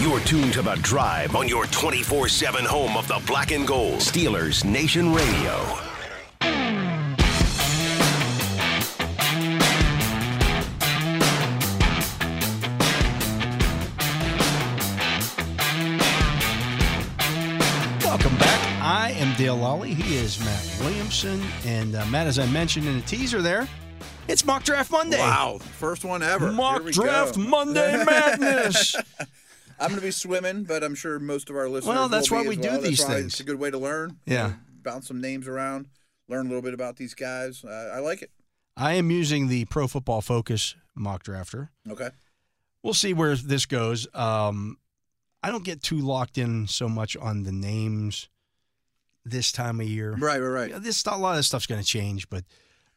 You're tuned to The Drive on your 24 7 home of the black and gold. Steelers Nation Radio. Welcome back. I am Dale Lally. He is Matt Williamson. And uh, Matt, as I mentioned in the teaser there, it's Mock Draft Monday. Wow, first one ever. Here Mock we Draft go. Monday Madness. I'm going to be swimming, but I'm sure most of our listeners. Well, that's will why be we as do well. That's these why things. It's a good way to learn. Yeah. bounce some names around, learn a little bit about these guys. Uh, I like it. I am using the Pro Football Focus mock drafter. Okay. We'll see where this goes. Um, I don't get too locked in so much on the names this time of year. Right, right, Yeah, right. This a lot of this stuff's going to change, but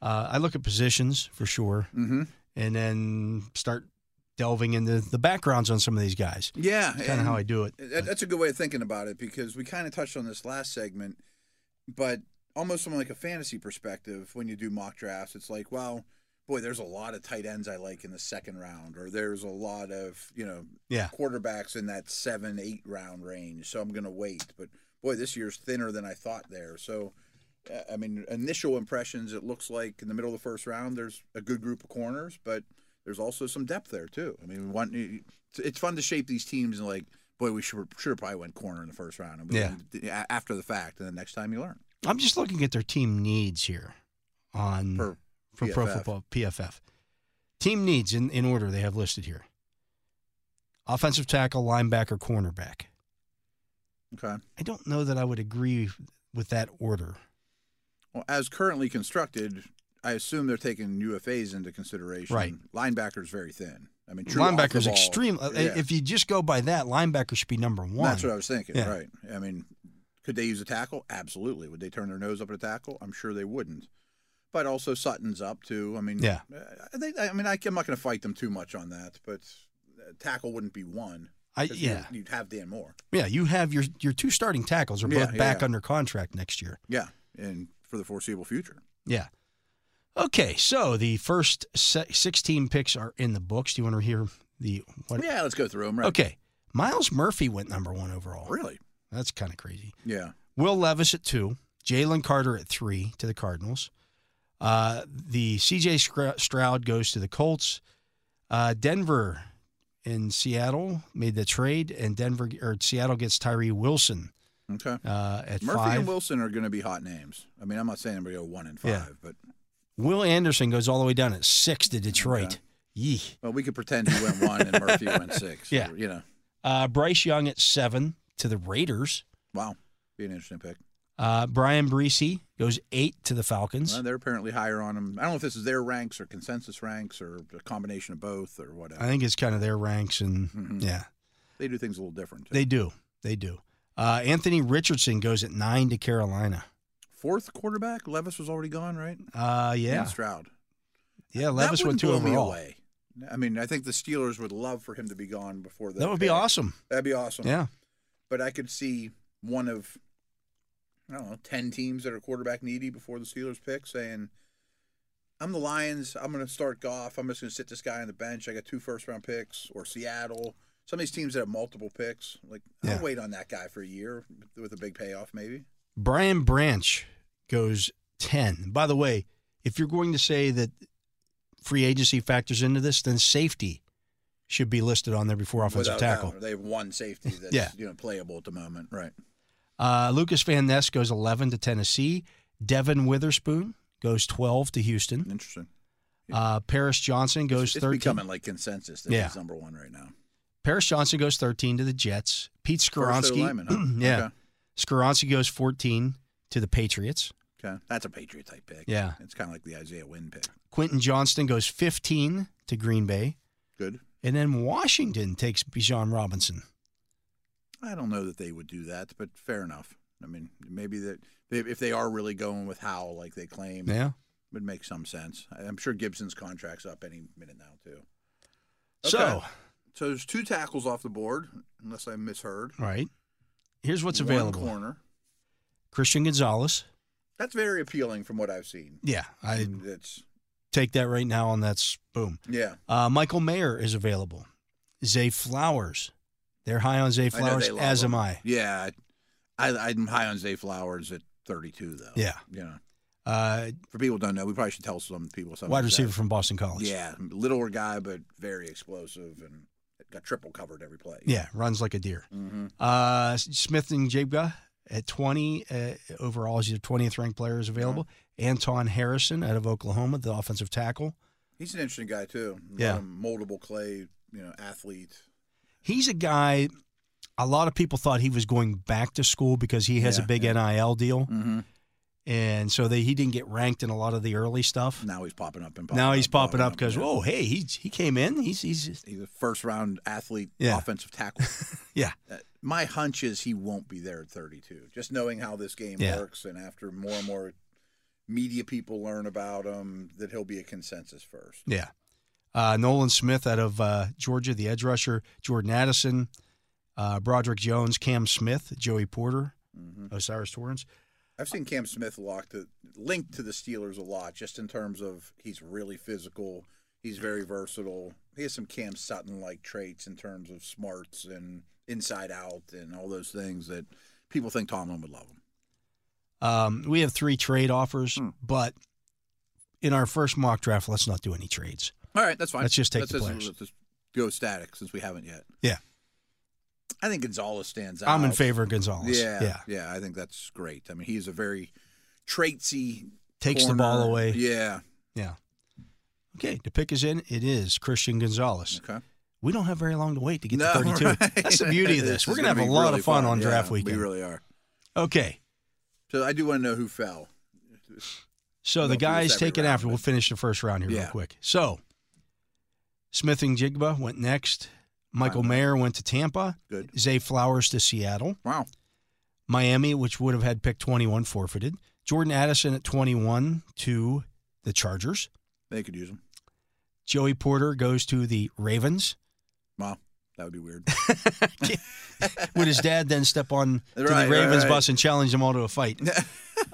uh, I look at positions for sure, Mm-hmm. and then start delving into the backgrounds on some of these guys. Yeah. Kind of how I do it. That, that's a good way of thinking about it because we kind of touched on this last segment, but almost from like a fantasy perspective, when you do mock drafts, it's like, wow, boy, there's a lot of tight ends I like in the second round, or there's a lot of you know Yeah. quarterbacks in that seven, eight round range, so I'm gonna wait. But boy, this year's thinner than I thought there. So, uh, I mean, initial impressions, it looks like in the middle of the first round, there's a good group of corners, but there's also some depth there too. I mean, one, it's fun to shape these teams and like, boy, we should should have probably went corner in the first round, and we Yeah. a- after the fact, and the next time you learn. I'm just looking at their team needs here on Per for Pro PFF. Football PFF. Team needs in, in order they have listed here: offensive tackle, linebacker, cornerback. Okay. I don't know that I would agree with that order. Well, as currently constructed, I assume they're taking UFAs into consideration. Right. Linebacker's very thin. I mean, true off the Linebacker's ball- extreme. uh, Yeah. If you just go by that, linebacker should be number one. That's what I was thinking. Yeah. Right. I mean, could they use a tackle? Absolutely. Would they turn their nose up at a tackle? I'm sure they wouldn't. But also Sutton's up too. I mean, Yeah. uh, I think. I mean, I, am not going to fight them too much on that, but uh, tackle wouldn't be one. I 'cause you- yeah You'd have Dan Moore. yeah. You have your your two starting tackles are both Yeah, yeah, back yeah. under contract next year. Yeah, and for the foreseeable future. Yeah. Okay, so the first se- sixteen picks are in the books. Do you want to hear the what? Yeah, let's go through them. Right. Okay, Miles Murphy went number one overall. Really? That's kind of crazy. Yeah. Will Levis at two, Jalen Carter at three to the Cardinals. Uh, the CJ Scra- Stroud goes to the Colts. Uh, Denver and Seattle made the trade, and Denver or Seattle gets Tyree Wilson Okay. uh, at Murphy five. and Wilson are going to be hot names. I mean, I'm not saying we go one and five, Yeah. but Will Anderson goes all the way down at six to Detroit. Yeeh. well, we could pretend he went one and Murphy went six. Yeah. or, you know, Uh, Bryce Young at seven to the Raiders. wow, be an interesting pick. Uh, Brian Breesy goes eight to the Falcons. Well, they're apparently higher on him. I don't know if this is their ranks or consensus ranks or a combination of both or whatever. I think it's kind of their ranks, and Mhm. yeah, They do things a little different. too. They do. They do. Uh, Anthony Richardson goes at nine to Carolina. Fourth quarterback, Levis was already gone, right? Uh, yeah, And Stroud. yeah. Levis that went wouldn't two blow me overall. away. I mean, I think the Steelers would love for him to be gone before That would be pick. awesome. That'd be awesome. Yeah, But I could see one of, I don't know, 10 teams that are quarterback needy before the Steelers pick saying, I'm the Lions. I'm going to start Goff. I'm just going to sit this guy on the bench. I got two first round picks, or Seattle. Some of these teams that have multiple picks, like Yeah. I'll wait on that guy for a year with a big payoff, maybe. Brian Branch goes ten. By the way, if you're going to say that free agency factors into this, then safety should be listed on there before offensive Without tackle. doubt. They have one safety that's Yeah. you know playable at the moment, right? Uh, Lucas Van Ness goes eleven to Tennessee. Devin Witherspoon goes twelve to Houston. Interesting. Uh, Paris Johnson goes It's thirteen. becoming like consensus that Yeah. he's number one right now. Paris Johnson goes 13 to the Jets. Pete First Skoronsky, lineman, huh? yeah, Skoronsky goes 14 to the Patriots. Okay. okay, that's a Patriot type pick. Yeah. it's kind of like the Isaiah Wynn pick. Quentin Johnston goes 15 to Green Bay, Good. and then Washington takes Bijan Robinson. I don't know that they would do that, but fair enough. I mean, maybe that they, if they are really going with Howell like they claim, it Yeah. would make some sense. I- I'm sure Gibson's contract's up any minute now too. So, Okay. So there's two tackles off the board, unless I misheard. all right. Here's what's One available. corner. Christian Gonzalez. That's very appealing from what I've seen. Yeah, I And It's take that right now, and that's boom. yeah. Uh, Michael Mayer is available. Zay Flowers They're high on Zay I know Flowers, they love as him. am I. Yeah, I, I'm high on Zay Flowers at 32, though. Yeah. You know, Uh, for people who don't know, we probably should tell some people something. wide receiver from Boston College. Yeah, littler guy, but very explosive and got triple covered every play. Yeah, runs like a deer. Mm-hmm. Uh, Smith and Jabga at 20 uh, overall is the 20th ranked players available. Mm-hmm. Anton Harrison out of Oklahoma, the offensive tackle. He's an interesting guy too. Yeah. Um, moldable clay, you know, athlete. He's a guy. A lot of people thought he was going back to school because he has a Yeah, big NIL deal, Mm-hmm. and so they, he didn't get ranked in a lot of the early stuff. Now he's popping up and popping Now up, he's popping up because yeah. oh hey he he came in he's he's he's a first round athlete, Yeah. offensive tackle. Yeah. Uh, my hunch is he won't be there at 32. Just knowing how this game Yeah. works, and after more and more media people learn about him, that he'll be a consensus first. yeah. Uh, Nolan Smith out of uh, Georgia, the edge rusher. Jordan Addison, uh, Broderick Jones, Cam Smith, Joey Porter, hmm Osiris Torrance. I've seen Cam Smith locked to, linked to the Steelers a lot, just in terms of he's really physical. He's very versatile. He has some Cam Sutton like traits in terms of smarts and inside out and all those things that people think Tomlin would love him. Um, we have three trade offers, Hmm. but in our first mock draft, let's not do any trades. All right, that's fine. Let's just take Let's the just- players. let's just go static since we haven't yet. Yeah. I think Gonzalez stands out. I'm in favor of Gonzalez. Yeah, yeah, I think that's great. I mean, he's a very traitsy. Takes corner. the ball away. Yeah. Okay, the pick is in. It is Christian Gonzalez. Okay. We don't have very long to wait to get No, to 32. right. That's the beauty of this. is We're going to have gonna a be lot really of fun, on Yeah, draft weekend. We really are. okay, So I do want to know who fell. so the We'll do this guys every taken round, after. but- We'll finish the first round here real Yeah. quick. So Smith and Jigba went next. Michael Fine. Mayer went to Tampa. Good. Zay Flowers to Seattle. Wow. Miami, which would have had pick 21 forfeited. Jordan Addison at 21 to the Chargers. They could use him. Joey Porter goes to the Ravens. Wow. That would be weird. Would his dad then step on to Right, right, the Ravens right. bus and challenge them all to a fight?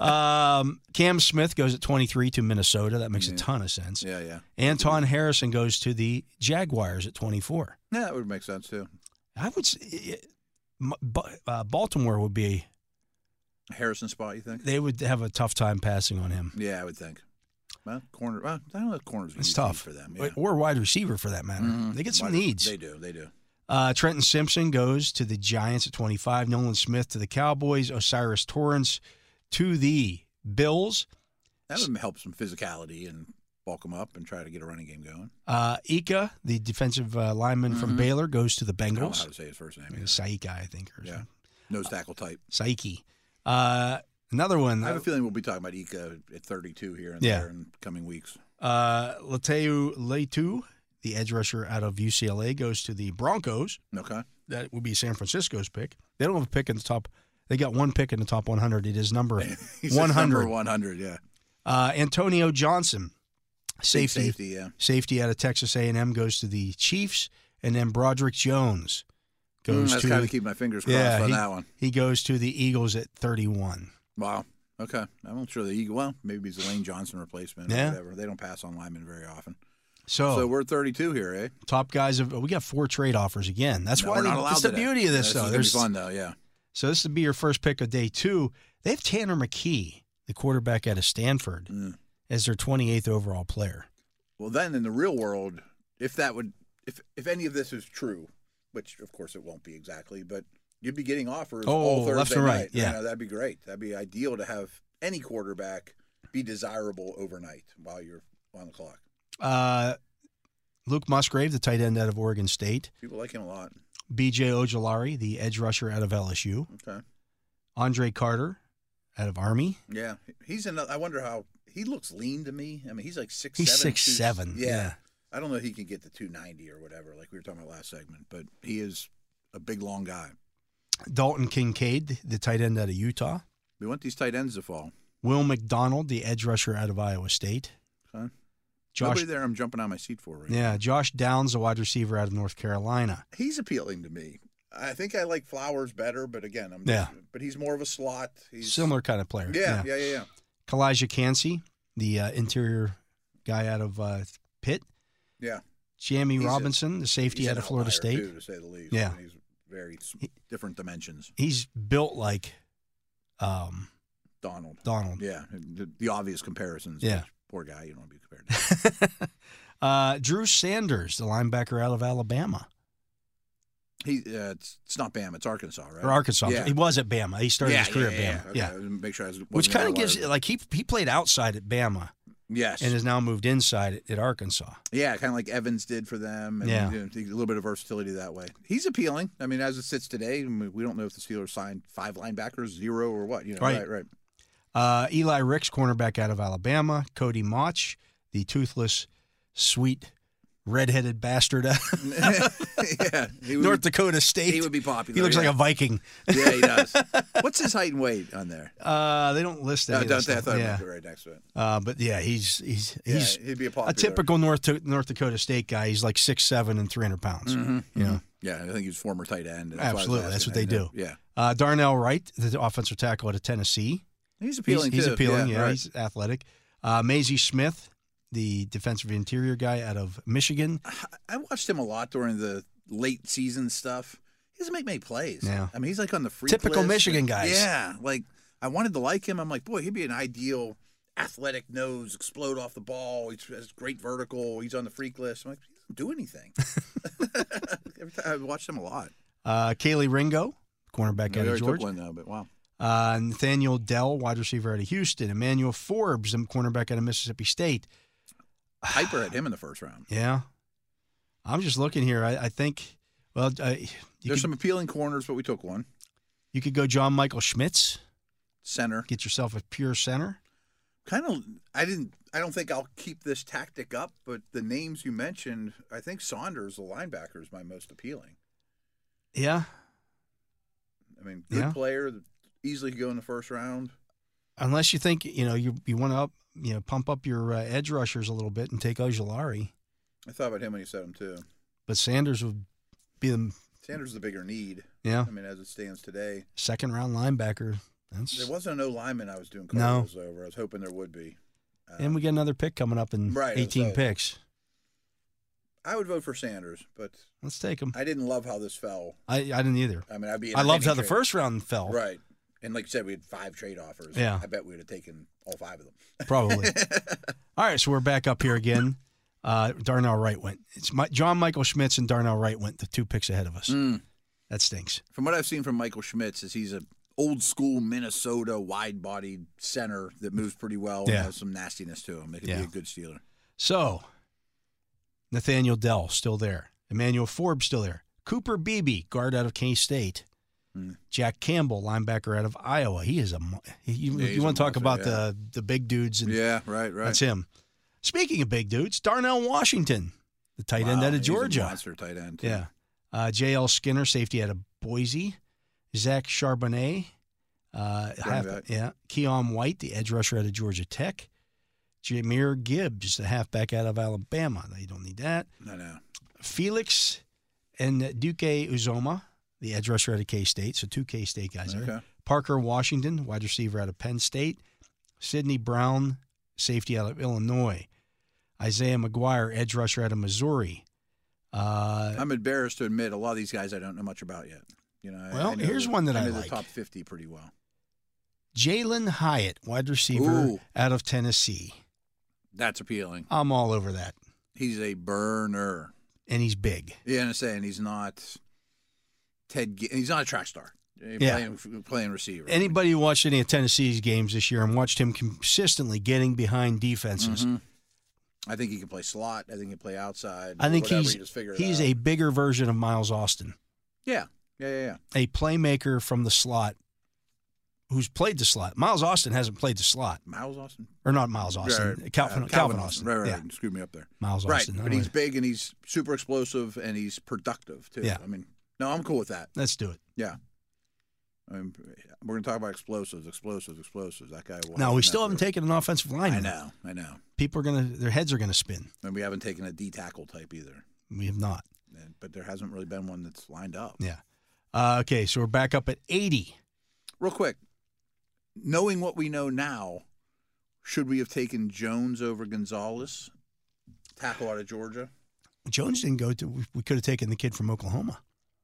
um, Cam Smith goes at 23 to Minnesota. That makes a Yeah. ton of sense. yeah, yeah. Anton Harrison goes to the Jaguars at 24. Yeah, that would make sense too. I would say m- Ba- uh, Baltimore would be, Harrison spot, you think? they would have a tough time passing on him. Yeah, I would think. Well, corner. Well, I don't know. if Corners. would It's be tough for them. Yeah. Or wide receiver for that matter. Mhm. They get some Wide- needs. They do. They do. Uh, Trenton Simpson goes to the Giants at 25. Nolan Smith to the Cowboys. Osiris Torrance to the Bills. That would help some physicality and bulk them up and try to get a running game going. Uh, Ika, the defensive uh, lineman from Mhm. Baylor, goes to the I don't know how Bengals. to say his first name. I yeah. mean, Saika, I think, or Yeah. something. Nose tackle type. Saiki. Uh, another one, I have uh, a feeling we'll be talking about Ika at 32 here and Yeah. there in coming weeks. uh, Lateu Leitu, the edge rusher out of UCLA, goes to the Broncos. Okay. That would be San Francisco's pick. They don't have a pick in the top. They got one pick in the top 100. It is number He's just 100. number 100, yeah. Uh, Antonio Johnson, Big safety, Safety, yeah. safety out of Texas A&M goes to the Chiefs, and then Broderick Jones Mm, goes that's kind to of keep my fingers crossed Yeah, on he- that one. he goes to the Eagles at 31. Wow. Okay. I'm not sure the Eagle. Well, maybe he's a Lane Johnson replacement or Yeah. Oh. whatever. They don't pass on linemen very often. So, So we're at 32 here, eh? top guys of we got four trade offers again. That's No, why we're they- not allowed that's the today. beauty of this Yeah, though. This There's is gonna be fun, though, yeah. so this would be your first pick of day two. They have Tanner McKee, the quarterback out of Stanford, Mm. as their 28th overall player. Well, then in the real world, if that would, if if any of this is true, which of course it won't be exactly, but you'd be getting offers all Oh, Thursday left and night. right, You yeah. know, that'd be great. That'd be ideal to have any quarterback be desirable overnight while you're on the clock. Uh, Luke Musgrave, the tight end out of Oregon State. People like him a lot. B.J. Ojolari, the edge rusher out of LSU. Okay. Andre Carter out of Army. Yeah, he's another. I wonder how he looks lean to me. I mean, he's like six. He's seven, six two- seven. Yeah. I don't know if he can get to 290 or whatever, like we were talking about last segment, but he is a big, long guy. Dalton Kincaid, the tight end out of Utah. We want these tight ends to fall. Will McDonald, the edge rusher out of Iowa State. Okay. Josh, Nobody there I'm jumping on my seat for right yeah, Josh Downs, the wide receiver out of North Carolina. he's appealing to me. I think I like Flowers better, but again, I'm Yeah. But he's more of a slot. He's Similar kind of player. Yeah, yeah, yeah, yeah. Kalijah Cansey, the uh, interior guy out of uh, Pitt. Yeah. Jamie He's a- Robinson, the safety He's out an of Florida outlier, State. too, to say the least. Yeah. he's very s- different dimensions. He's built like um, Donald. Donald. Yeah, the, the obvious comparisons. Yeah. which, Poor guy, you don't want to be compared. to. Uh, Drew Sanders, the linebacker out of Alabama He, uh, it's, it's not Bam, it's Arkansas, right? or Arkansas. Yeah. He was at Bama. He started yeah, his career at yeah, Bama. Yeah, Yeah. Okay, I didn't make sure I was. Which wasn't kind of aware gives it. like he he played outside at Bama yes, and has now moved inside at, at Arkansas. yeah, kind of like Evans did for them. And Yeah. you know, a little bit of versatility that way. He's appealing. I mean, as it sits today, I mean, we don't know if the Steelers signed five linebackers, zero, or what. You know, Right. right, right. Uh, Eli Ricks, cornerback out of Alabama. Cody Mach, the toothless, sweet, redheaded bastard uh, out of yeah, he would, North be, Dakota State. he would be popular. He looks yeah. like a Viking. yeah, he does. What's his height and weight on there? Uh, they don't list No, any of that don't they? I stuff. thought it yeah. might be right next to it. Uh, but yeah, he's he's Yeah, he's he'd be a popular. a typical North Da- North Dakota State guy. He's like six seven and three hundred pounds. Mm-hmm. You know, Yeah, I think he was former tight end. and why I was Absolutely, that's asking. what they I know. do. Yeah, Uh, Darnell Wright, the offensive tackle out of Tennessee. he's He's- appealing. He's, too. appealing. Yeah, right. he's athletic. Uh, Maisie Smith, the defensive interior guy out of Michigan. I watched him a lot during the late season stuff. He doesn't make many plays. Yeah. I mean, he's like on the free Typical list. Michigan guys. Yeah, like I wanted to like him. I'm like, boy, he'd be an ideal athletic nose, explode off the ball. He has great vertical. He's on the freak list. I'm like, he doesn't do anything. Every time I watched him a lot. Uh, Kaylee Ringo, cornerback I out of already took Georgia. one though, but wow. Uh, Nathaniel Dell, wide receiver out of Houston. Emmanuel Forbes, the cornerback out of Mississippi State. Hyper had him in the first round. Yeah. I'm just looking here. I, I think, well, uh, you, There's could, some appealing corners, but we took one. you could go John Michael Schmitz, Center. get yourself a pure center. kind of i didn't i don't think i'll keep this tactic up but the names you mentioned i think saunders the linebacker is my most appealing Yeah. i mean good Yeah. player easily could go in the first round Unless you think, you know, you, you want to up, you know, pump up your uh, edge rushers a little bit and take Ojulari. i thought about him when you said him too But Sanders would be the, sanders is the bigger need yeah, i mean as it stands today second round linebacker. That's, there wasn't no lineman i was doing No. cardinals over i was hoping there would be uh, and we get another pick coming up in Right, 18 so- picks. i would vote for sanders but Let's take him. i didn't love how this fell I, I didn't either. i mean i'd be I loved how the entertaining first round fell. trade- right and like you said we had five trade offers Yeah. i bet we would have taken all five of them Probably. All right, so we're back up here again. Uh, Darnell Wright went. It's my, John Michael Schmitz and Darnell Wright went the two picks ahead of us. Mm. That stinks. from what I've seen from Michael Schmitz is he's a old school Minnesota wide bodied center that moves pretty well Yeah. and has some nastiness to him. It could Yeah. be a good stealer. So, Nathaniel Dell still there. Emmanuel Forbes still there. Cooper Beebe, guard out of K State. Mm. Jack Campbell, linebacker out of Iowa. He is a. mo- He, you Yeah, he's want a to talk monster, about yeah. the the big dudes? And Yeah, right, right. That's him. Speaking of big dudes, Darnell Washington, the tight end Wow, out of he's a Georgia. monster tight end. Yeah. Uh, J.L. Skinner, safety out of Boise. Zach Charbonnet. Uh, half- back. yeah. Keon White, the edge rusher out of Georgia Tech. Jameer Gibbs, the halfback out of Alabama. Now, you don't need that. I know. Felix and Duque Uzoma, the edge rusher out of K State. So two K State guys there. Okay. Parker Washington, wide receiver out of Penn State. Sidney Brown, safety out of Illinois. Isaiah McGuire, edge rusher out of Missouri. Uh, I'm embarrassed to admit a lot of these guys I don't know much about yet. You know, I- Well, I know here's the- one that I know the like. top 50 pretty well. Jalen Hyatt, wide receiver Ooh. out of Tennessee. That's appealing. I'm all over that. He's a burner. And he's big. Yeah, and I'm saying he's not Ted. G- he's not a track star. Yeah. playing, playing receiver. Anybody who watched any of Tennessee's games this year and watched him consistently getting behind defenses, Mhm. I think he can play slot. I think he can play outside. I think whatever, he's you just figure it he's out. a bigger version of Miles Austin, yeah yeah yeah yeah. a playmaker from the slot who's played the slot. Miles Austin hasn't played the slot, Miles Austin. or not Miles Austin, Right, right. Calvin, Uh, Calvin, Austin. Right, right. Yeah, right. Screwed me up there. Miles right, Austin. but he's big and he's super explosive and he's productive too. Yeah. I mean, no, I'm cool with that. Let's do it. Yeah. I mean, we're gonna talk about explosives, explosives, explosives. That guy. will Now, we have still that haven't for- taken an offensive line. I know, I know, People are going to, their heads are going to spin. and we haven't taken a D tackle type either. We have not. And- But there hasn't really been one that's lined up. Yeah. Uh, okay, so we're back up at 80. real quick, knowing what we know now, should we have taken Jones over Gonzalez, tackle out of Georgia? Jones didn't go to. We, we could have taken the kid from Oklahoma.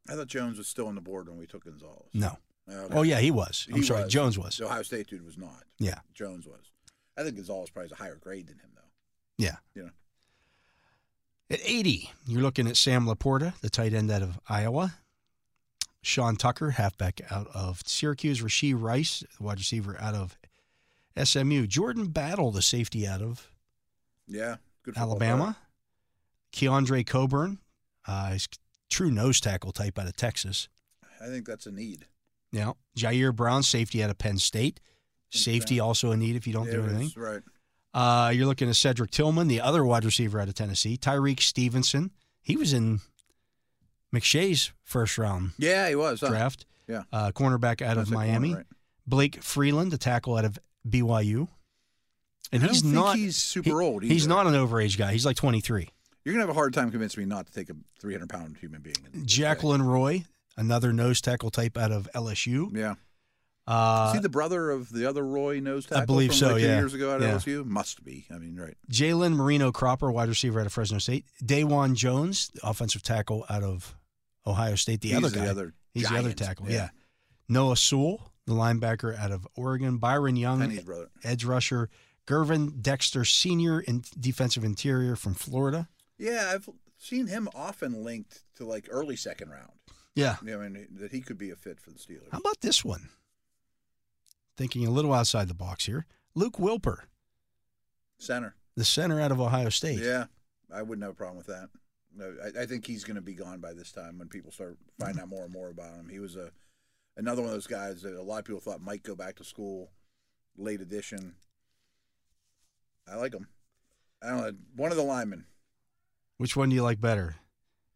I thought Jones was still on the board when we took Gonzalez. No. Okay. Oh yeah, he was. I'm He sorry, was. Jones was. The Ohio State dude was not. Yeah. Jones was. I think Gonzalez probably is a higher grade than him though. Yeah. You know. At 80, you're looking at Sam Laporta, the tight end out of Iowa. Sean Tucker, halfback out of Syracuse. Rasheed Rice, the wide receiver out of SMU. Jordan Battle, the safety out of Yeah. Good football Alabama. Keandre Coburn, uh, his true nose tackle type out of Texas. player. I think that's a need. Now, Jair Brown, safety out of Penn State. Safety also a need if you don't do There it anything. is, Right. Uh, you're looking at Cedric Tillman, the other wide receiver out of Tennessee. Tyreek Stevenson. He was in McShay's first round Yeah, he was. huh? draft. Yeah. Uh, cornerback out of That's a corner, Miami. right. Blake Freeland, the tackle out of BYU. And I he's don't think not he's super he- old He's either. not an overage guy. He's like 23. You're gonna have a hard time convincing me not to take a 300 pound human being. in this day. Jacqueline Roy, another nose tackle type out of LSU. Yeah. Uh, Is he the brother of the other Roy nose I tackle? believe from so, Like two yeah. Years ago at Yeah. LSU, must be. I mean, right. Jalen Marino Cropper, wide receiver out of Fresno State. Daywan Jones, the offensive tackle out of Ohio State. The He's other guy. the other. He's the other giant. tackle. Yeah. Noah Sewell, the linebacker out of Oregon. Byron Young, Penny's brother. edge rusher. Gervin Dexter, senior in defensive interior from Florida. Yeah, I've seen him often linked to like early second round. Yeah. You know, I mean, that he could be a fit for the Steelers. How about this one? Thinking a little outside the box here. Luke Wilper, Center. the center out of Ohio State. Yeah, I wouldn't have a problem with that. No, I, I think he's going to be gone by this time when people start finding out more and more about him. He was a another one of those guys that a lot of people thought might go back to school. Late edition. I like him. I don't know. One of the linemen. Which one do you like better?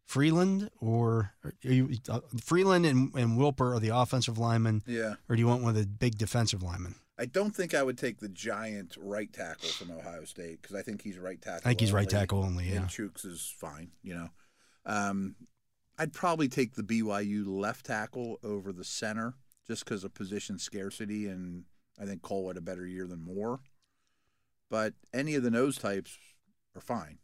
Freeland or are you, uh, Freeland and, and Wilper are the offensive linemen, Yeah. or do you want one of the big defensive linemen? I don't think I would take the giant right tackle from Ohio State because I think he's right tackle. I think he's right only. tackle only. Yeah. and Chooks is fine, you know. Um, I'd probably take the BYU left tackle over the center just because of position scarcity, and I think Cole had a better year than Moore. But any of the nose types are fine.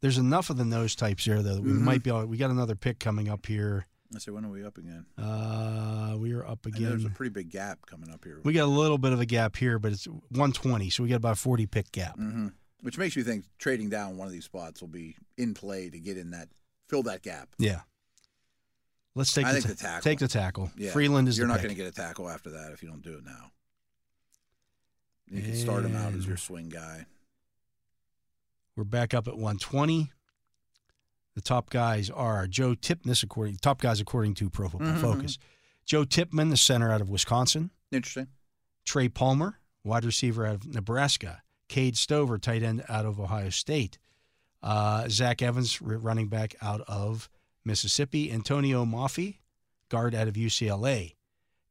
There's enough of the nose types here though that we Mhm. might be. Able, we got another pick coming up here. I say, when are we up again? Uh, we are up I know there's a again. pretty big gap coming up here, We got a little bit of a gap here, but it's 120, so we got about a 40 pick gap. hmm which makes you think trading down one of these spots will be in play to get in that fill that gap. Yeah. Let's take I the, think ta- the tackle. take the tackle. Yeah. Freeland is You're the not pick. going to get a tackle after that if you don't do it now. You can start him out as your swing guy. We're back up at 120. The top guys are Joe Tipnis, according top guys according to Pro Football Mhm. Focus. Joe Tipman, the center out of Wisconsin. Interesting. Trey Palmer, wide receiver out of Nebraska. Cade Stover, tight end out of Ohio State. Uh, Zach Evans, r- running back out of Mississippi. Antonio Maffi, guard out of UCLA.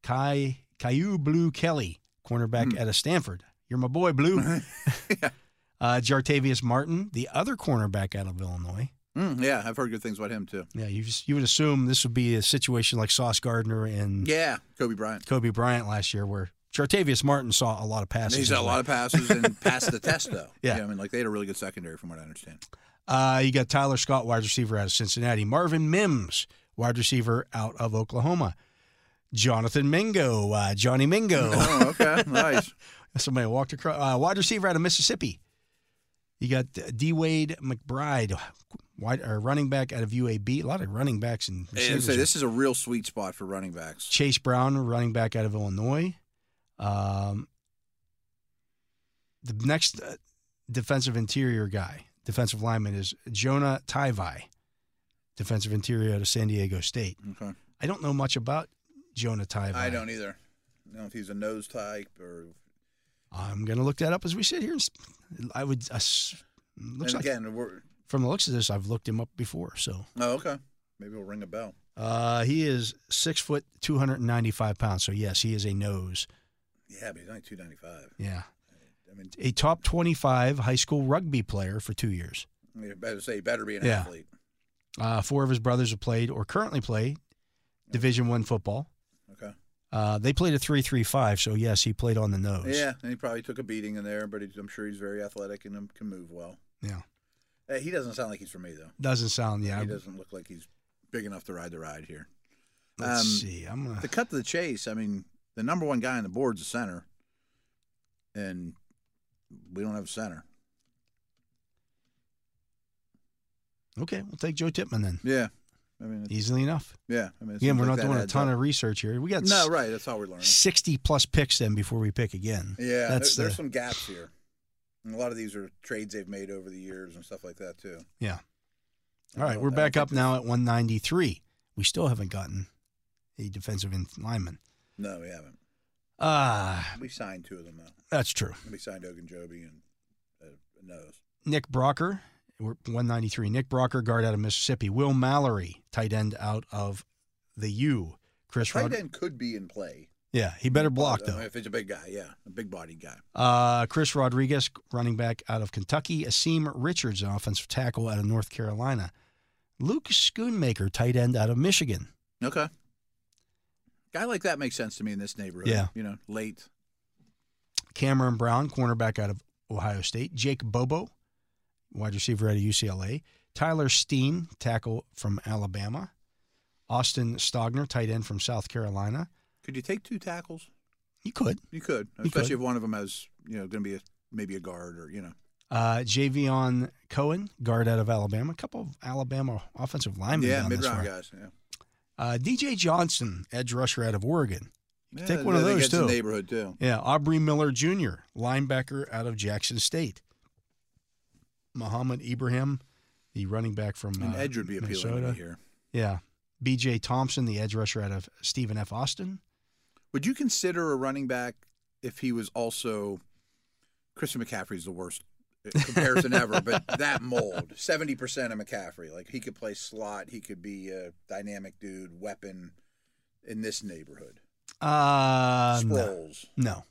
Kai Caillou Blue Kelly, Hmm. cornerback out of Stanford. You're my boy, Blue. Uh, Jartavius Martin, the other cornerback out of Illinois. Mm, yeah, I've heard good things about him too. Yeah, you just, you would assume this would be a situation like Sauce Gardner and Yeah, Kobe Bryant. Kobe Bryant last year, where Jartavius Martin saw a lot of passes. He's had a his lot of passes and passed the test though. Yeah. I mean, like they had a really good secondary from what I understand. Uh, you got Tyler Scott, wide receiver out of Cincinnati. Marvin Mims, wide receiver out of Oklahoma. Jonathan Mingo, uh, Johnny Mingo, Oh, okay, nice. somebody walked across. Uh, wide receiver out of Mississippi. You got D. Wade McBride, wide or running back out of UAB. A lot of running backs and And receivers. say this is a real sweet spot for running backs. Chase Brown, running back out of Illinois. Um, the next uh, defensive interior guy, defensive lineman, is Jonah Taivai, defensive interior out of San Diego State. Okay. I don't know much about Jonah Taivai. I don't either. I don't know if he's a nose type or. I'm going to look that up as we sit here. and s- I would. Uh, s- looks and like again, we're from the looks of this, I've looked him up before. So oh okay. Maybe we'll ring a bell. uh, he is six foot, 295 pounds. So yes, he is a nose. Yeah, but he's only two ninety five. Yeah, I mean, a top 25 high school ruggy player for two years. you better say he better be an Yeah. athlete. Uh, four of his brothers have played or currently play Division One football. Okay. Uh, they played a three-three-five, so yes, he played on the nose. Yeah, and he probably took a beating in there, but he's, I'm sure he's very athletic and um, can move well. Yeah. Uh, he doesn't sound like he's for me though. doesn't sound yeah. He doesn't look like he's big enough to ride the ride here. Let's Um, see. I'm gonna. To cut to the chase, I mean, the number one guy on the board's a center, and we don't have a center. Okay, we'll take Joe Tipman then. Yeah, I mean, it's- Easily enough. yeah, I mean, it Again, seems we're like not that doing a adds ton up. of research here. We got No, s- right. That's how we're learning. 60 plus picks then before we pick again. Yeah, That's there- the- there's some gaps here. And a lot of these are trades they've made over the years and stuff like that too. Yeah. I All right, don't- we're I don't back think up now at 193. We still haven't gotten a defensive end lineman. No, we haven't. Ah, We signed two of them though. that's true. We signed Ogunjobi and uh, Nose. Nick Brocker, we're 193. Nick Brocker, guard out of Mississippi. Will Mallory, tight end out of the U. Chris Tight Rodriguez. end could be in play. Yeah, he better block but, uh, though. If it's a big guy, yeah, a big-bodied guy. Uh, Chris Rodriguez, running back out of Kentucky. Asim Richards, an offensive tackle out of North Carolina. Luke Schoonmaker, tight end out of Michigan. Okay. Guy like that makes sense to me in this neighborhood. Yeah. You know, late. Cameron Brown, cornerback out of Ohio State. Jake Bobo, wide receiver out of UCLA. Tyler Steen, tackle from Alabama. Austin Stogner, tight end from South Carolina. Could you take two tackles? You could. You could, You especially could. if one of them has, you know, going to be a, maybe a guard or you know. Uh, Javion Cohen, guard out of Alabama. A couple of Alabama offensive linemen. yeah, down this mid-round far. guys. Yeah. Uh, DJ Johnson, edge rusher out of Oregon. Yeah, take one of I those, think that's the too. Neighborhood too. Yeah, Aubrey Miller Jr., linebacker out of Jackson State. Muhammad Ibrahim, the running back from And uh, Edge would be appealing to me Minnesota. here. Yeah. BJ Thompson, the edge rusher out of Stephen F. Austin. Would you consider a running back if he was also Christian McCaffrey's the worst uh, comparison ever, but that mold, seventy percent of McCaffrey, like he could play slot, he could be a dynamic dude, weapon in this neighborhood. Uh, no. Sproles. no.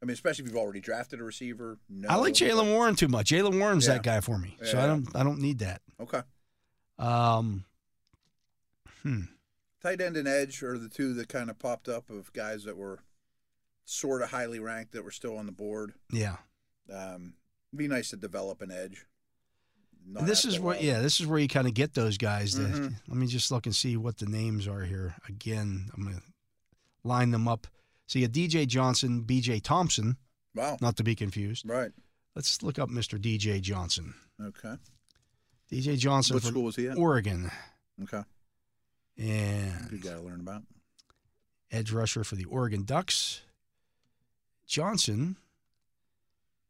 I mean, especially if you've already drafted a receiver. No. I like Jalen Warren too much. Jalen Warren's Yeah. that guy for me. So Yeah. I don't I don't need that. Okay. Um, hmm. Tight end and edge are the two that kind of popped up of guys that were sort of highly ranked that were still on the board. Yeah. Um, it'd be nice to develop an edge. Not this after is a where while. yeah, this is where you kind of get those guys that Mhm. let me just look and see what the names are here. Again, I'm gonna line them up. So you got DJ Johnson, BJ Thompson, Wow. not to be confused. Right. Let's look up Mr. DJ Johnson. Okay. DJ Johnson what from school was he at? Oregon. Okay. And Good guy to learn about. edge rusher for the Oregon Ducks. Johnson,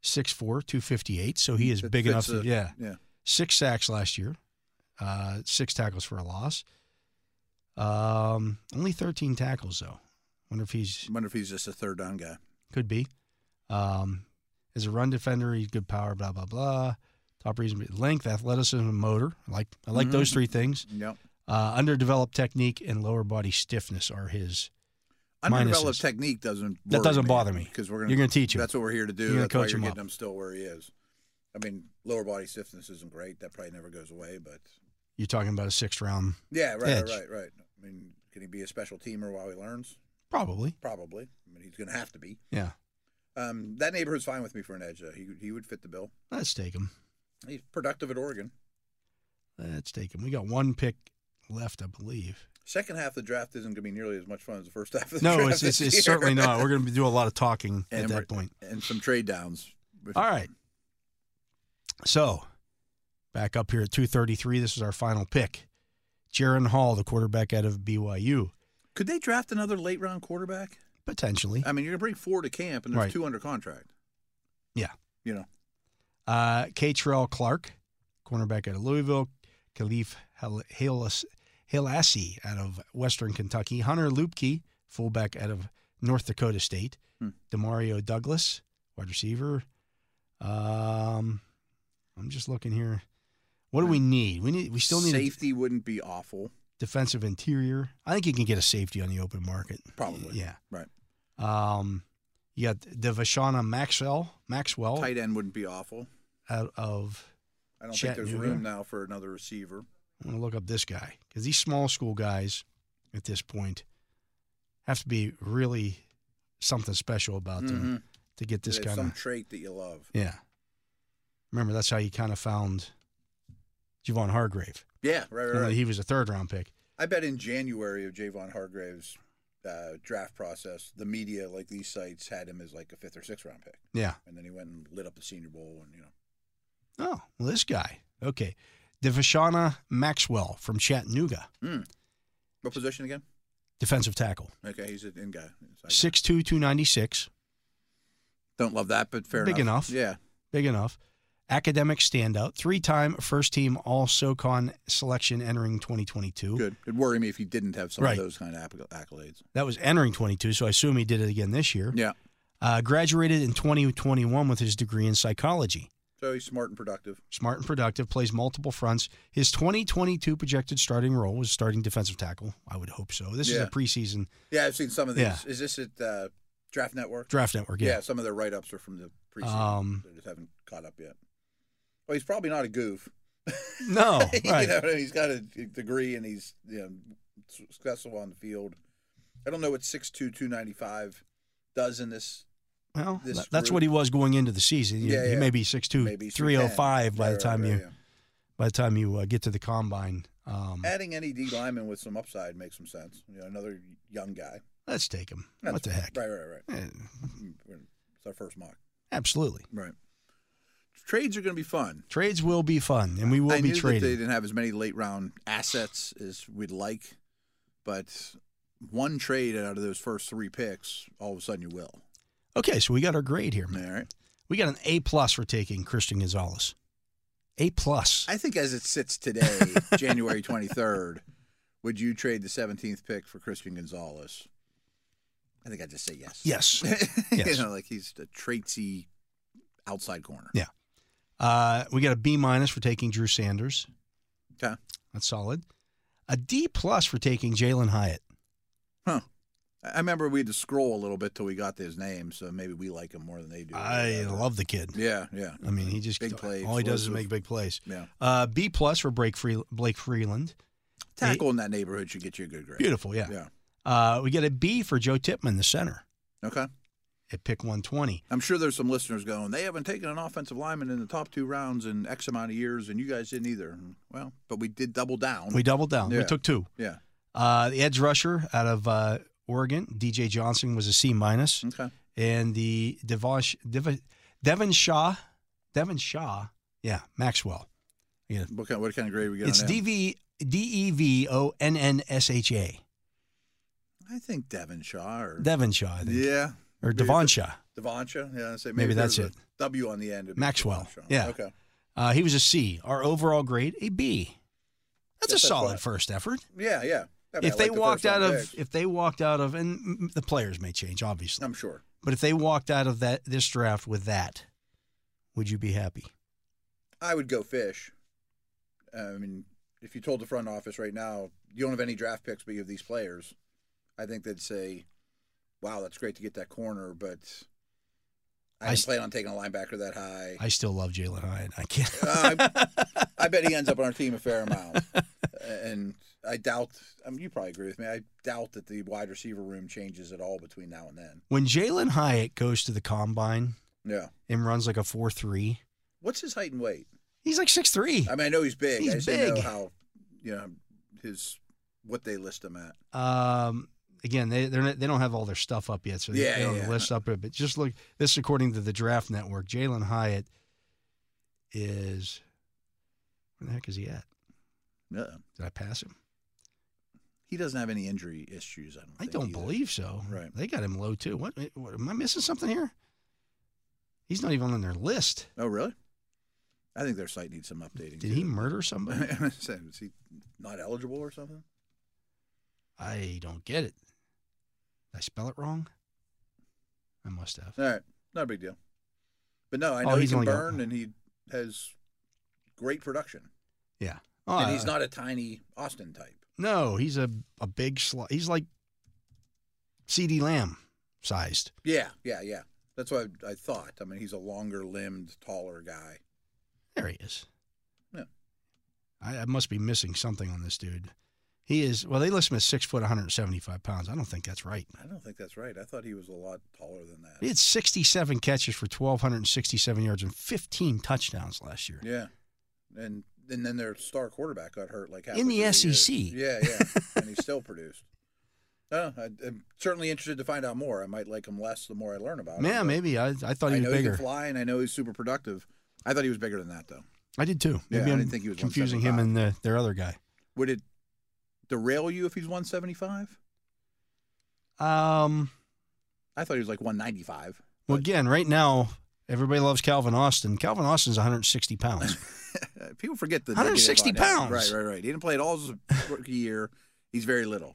6'4, 258. So he is That big enough. fits To, the- yeah. Yeah. Six sacks last year, uh, six tackles for a loss. Um, only 13 tackles, though. Wonder if he's, I wonder if he's just a third down guy. could be. Um, as a run defender, he's good power, blah, blah, blah. Top reason length, athleticism, and motor. I like, I like those Mhm. three things. Yep. Uh, underdeveloped technique and lower body stiffness are his. Underdeveloped Minuses. technique doesn't That doesn't bother me. because we're gonna, You're going to teach him. that's what we're here to do. You're gonna that's why coach you're him getting up. him still where he is. I mean, lower body stiffness isn't great. That probably never goes away, but You're talking about a sixth round yeah, right, Edge. right, right. I mean, can he be a special teamer while he learns? Probably. Probably. I mean, he's going to have to be. Yeah. Um, that neighborhood's fine with me for an edge. Though. He he would fit the bill. Let's take him. He's productive at Oregon. Let's take him. We got one pick left, I believe. Second half of the draft isn't going to be nearly as much fun as the first half of the No, draft. it's, it's, this it's year. certainly not. We're going to do a lot of talking at And that we're- point. and some trade downs. All right. So, back up here at 233. This is our final pick. Jaron Hall, the quarterback out of BYU, Could they draft another late round quarterback? potentially. I mean, you're going to bring four to camp, and there's Right. two under contract. Yeah. You know, Uh, K. Terrell Clark, cornerback out of Louisville. Khalif Hal- Halas- Halassi out of Western Kentucky. Hunter Lupke, fullback out of North Dakota State. Hmm. Demario Douglas, wide receiver. Um, I'm just looking here. What do we need? We need. We still need a safety wouldn't be awful. defensive interior. I think you can get a safety on the open market. Probably. Yeah. Right. Um, you got Devashana Maxwell, Maxwell Tight end wouldn't be awful. out of I don't think there's Chattanooga. room now for another receiver. I'm gonna look up this guy because these small school guys at this point have to be really something special about them Mhm. to get this They kind have some of trait that you love. yeah. Remember that's how you kind of found Javon Hargrave. Yeah. Right. Right. Only right. he was a third round pick. I bet in January of Javon Hargrave's uh, draft process, the media, like these sites, had him as like a fifth or sixth round pick, Yeah. and then he went and lit up the Senior Bowl, and you know, Oh, well, this guy. Okay. Devashana Maxwell from Chattanooga, what position again? defensive tackle. Okay, he's an in guy. Inside guy. 6'2, 296. Don't love that, but fair Big enough. Yeah, Big enough. Academic standout. Three time first team All SOCON selection entering 2022. good. It'd worry me if he didn't have some Right. of those kind of acc- accolades. That was entering 22, so I assume he did it again this year. Yeah, Uh, graduated in 2021 with his degree in psychology. so he's smart and productive. Smart and productive, plays multiple fronts. His 2022 projected starting role was starting defensive tackle. I would hope so. This is Yeah. a preseason Yeah, I've seen some of these. Yeah. Is this at uh, Draft Network? draft network. Yeah. Yeah. some of their write ups are from the preseason. Um, they just haven't caught up yet. Well, he's probably not a goof. No, you right. know, what I mean? he's got a degree and he's you know, successful on the field. I don't know what 6'2", 295 does in this. Well, this tha- that's group. what he was going into the season. You- Yeah, He yeah. may be 6'2", Maybe 305 310. by the Right, time right, you right, by the time you uh, get to the combine. Um, yeah. adding any D lineman with some upside makes some sense. You know, another young guy. let's take him. That's- what the heck? Right, right, right. Eh, It's our first mock. absolutely. Right. Trades are going to be fun. Trades will be fun, and we will I be knew that they traded. didn't have as many late round assets as we'd like, but one trade out of those first three picks, all of a sudden you will. Okay, so we got our grade here, All man. right. We got an A plus for taking Christian Gonzalez. A plus. I think as it sits today, January twenty third, would you trade the seventeenth pick for Christian Gonzalez? I think I'd just say yes. yes. you Yes. know, like he's a traitsy outside corner. Yeah. Uh, we got a B minus for taking Drew Sanders. Okay. That's solid. A D plus for taking Jalen Hyatt. Huh. I I remember we had to scroll a little bit till we got to his name, so maybe we like him more than they do. or I whatever. love the kid. Yeah, yeah. I mean, he just Big play, all he does is explosive. make big plays. Yeah. Uh, B plus for Blake, Free- Blake Freeland. Tackle in that neighborhood should get you a good grade. Beautiful, yeah. Yeah. Uh, we get a B for Joe Tipman, the center, Okay. at pick 120. I'm sure there's some listeners going, they haven't taken an offensive lineman in the top two rounds in X amount of years, and you guys didn't either. Well, but we did double down. We doubled down. We Yeah. took two. yeah. Uh, the edge rusher out of uh, Oregon, DJ Johnson, was a C minus, Okay. and the Devon, Devon, Devon Shaw, Devon Shaw, yeah, Maxwell. What kind, what kind of grade we get It's on him? DV, E D-E-V-O-N-N-S-H-A. I think Devon Shaw or Devon Shaw, I think. Yeah. or maybe Devon Shaw. Devoncha. Yeah, I'd say Maybe that's there's a W on the end. it'd be Maxwell. Devon Shaw. Yeah. Okay. Uh, he was a C. Our overall grade, a B. That's a Yes, that's solid right. first effort. Yeah, yeah. I mean, I if they like the walked first out round of, picks. if they walked out of, and mm, the players may change, obviously, I'm sure. but if they walked out of that this draft with that, would you be happy? I would go fish. I mean, if you told the front office right now, you don't have any draft picks, but you have these players, I think they'd say, wow, that's great to get that corner, but I I didn't s- plan on taking a linebacker that high. I still love Jalen Hyatt. I can't. Uh, I, I bet he ends up on our team a fair amount. and I doubt, I mean, you probably agree with me, I doubt that the wide receiver room changes at all between now and then. when Jalen Hyatt goes to the combine Yeah. and runs like a four three, What's his height and weight? he's like six three. I mean, I know he's big. He's I just didn't know big. how, you know, his, what they list him at. Um, again, they they're not, they don't have all their stuff up yet, so they, Yeah, they don't yeah, have yeah. the list up yet. But just look, this is according to the Draft Network, Jalen Hyatt is where the heck is he at? Yeah. Did I pass him? Uh-uh. He doesn't have any injury issues. I don't. I think, don't either. believe so. Right. They got him low too. What, eh, what am I missing something here? He's not even on their list. Oh, really? I think their site needs some updating. Did he murder somebody? Is he not eligible or something? I don't get it. Did I spell it wrong? I must have. All right, not a big deal. But no, I Oh, know he he's can only got- burn, and he has great production, Yeah. Oh, and he's uh, not a tiny Austin type. No, he's a, a big slot. He's like CD Lamb sized. Yeah, yeah, yeah. That's what I, I thought. I mean, he's a longer-limbed, taller guy. There he is. Yeah. I, I must be missing something on this dude. He is, well, they list him as six foot, 175 pounds. I don't think that's right. I don't think that's right. I thought he was a lot taller than that. He had 67 catches for 1,267 yards and 15 touchdowns last year. Yeah, and and then their star quarterback got hurt like halfway In the through year. SEC. E Yeah, yeah, and he still produced. Uh, I, I'm certainly interested to find out more. I might like him less the more I learn about him. Yeah, but maybe. I, I thought I he know was he bigger. can fly, and I know he's super productive. I thought he was bigger than that, though. I did too. Yeah, Maybe I I'm didn't think he was confusing him and the, their other guy. Would it derail you if he's 175? Um, I thought he was like 195. well, but- again, right now, everybody loves Calvin Austin. Calvin Austin's 160 pounds. uh, People forget the 160 negative on him. pounds. Right, right, right. He didn't play at all his rookie year. He's very little.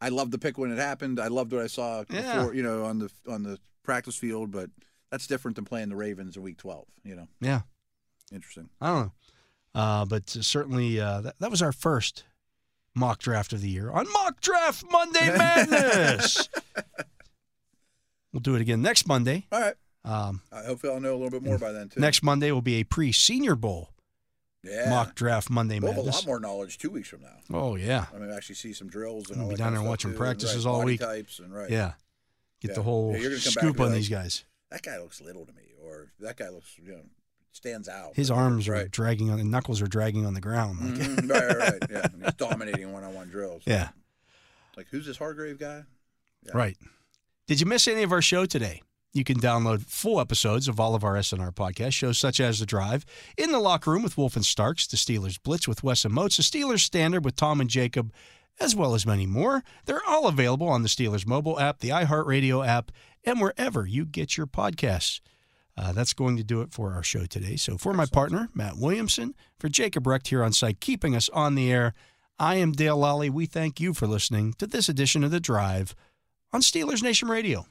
I loved the pick when it happened. I loved what I saw Yeah. before, you know, on the on the practice field. But that's different than playing the Ravens in Week 12. You know, yeah, interesting. I don't know. Uh, but certainly, uh, that, that was our first mock draft of the year on Mock Draft Monday Madness. we'll do it again next Monday. All right. Um, I hope I'll know a little bit more by then too. next Monday will be a pre Senior Bowl yeah. mock draft Monday We'll have a Madness. lot more knowledge two weeks from now. Oh, yeah. I mean, actually see some drills and We'll all be that down kind there of stuff, watching too, and, practices right, all body week. Types and right. Yeah. Get the Yeah. whole Yeah, you're gonna come back and scoop be on like, these guys. That guy looks little to me, or that guy looks you know stands out. His arms are "Oh, right. dragging on the knuckles are dragging on the ground. Like, Mhm, right, right, right. Yeah, and he's dominating one-on-one drills. yeah, Like, who's this Hargrave guy? Yeah. right. Did you miss any of our show today? You can download full episodes of all of our SNR podcast shows, such as The Drive, In the Locker Room with Wolf and Starks, The Steelers Blitz with Wes and Motes, The Steelers Standard with Tom and Jacob, as well as many more. They're all available on the Steelers mobile app, the iHeartRadio app, and wherever you get your podcasts. Uh, that's going to do it for our show today. So, for my partner, Matt Williamson, for Jacob Recht here on site, keeping us on the air, I am Dale Lally. We thank you for listening to this edition of The Drive on Steelers Nation Radio.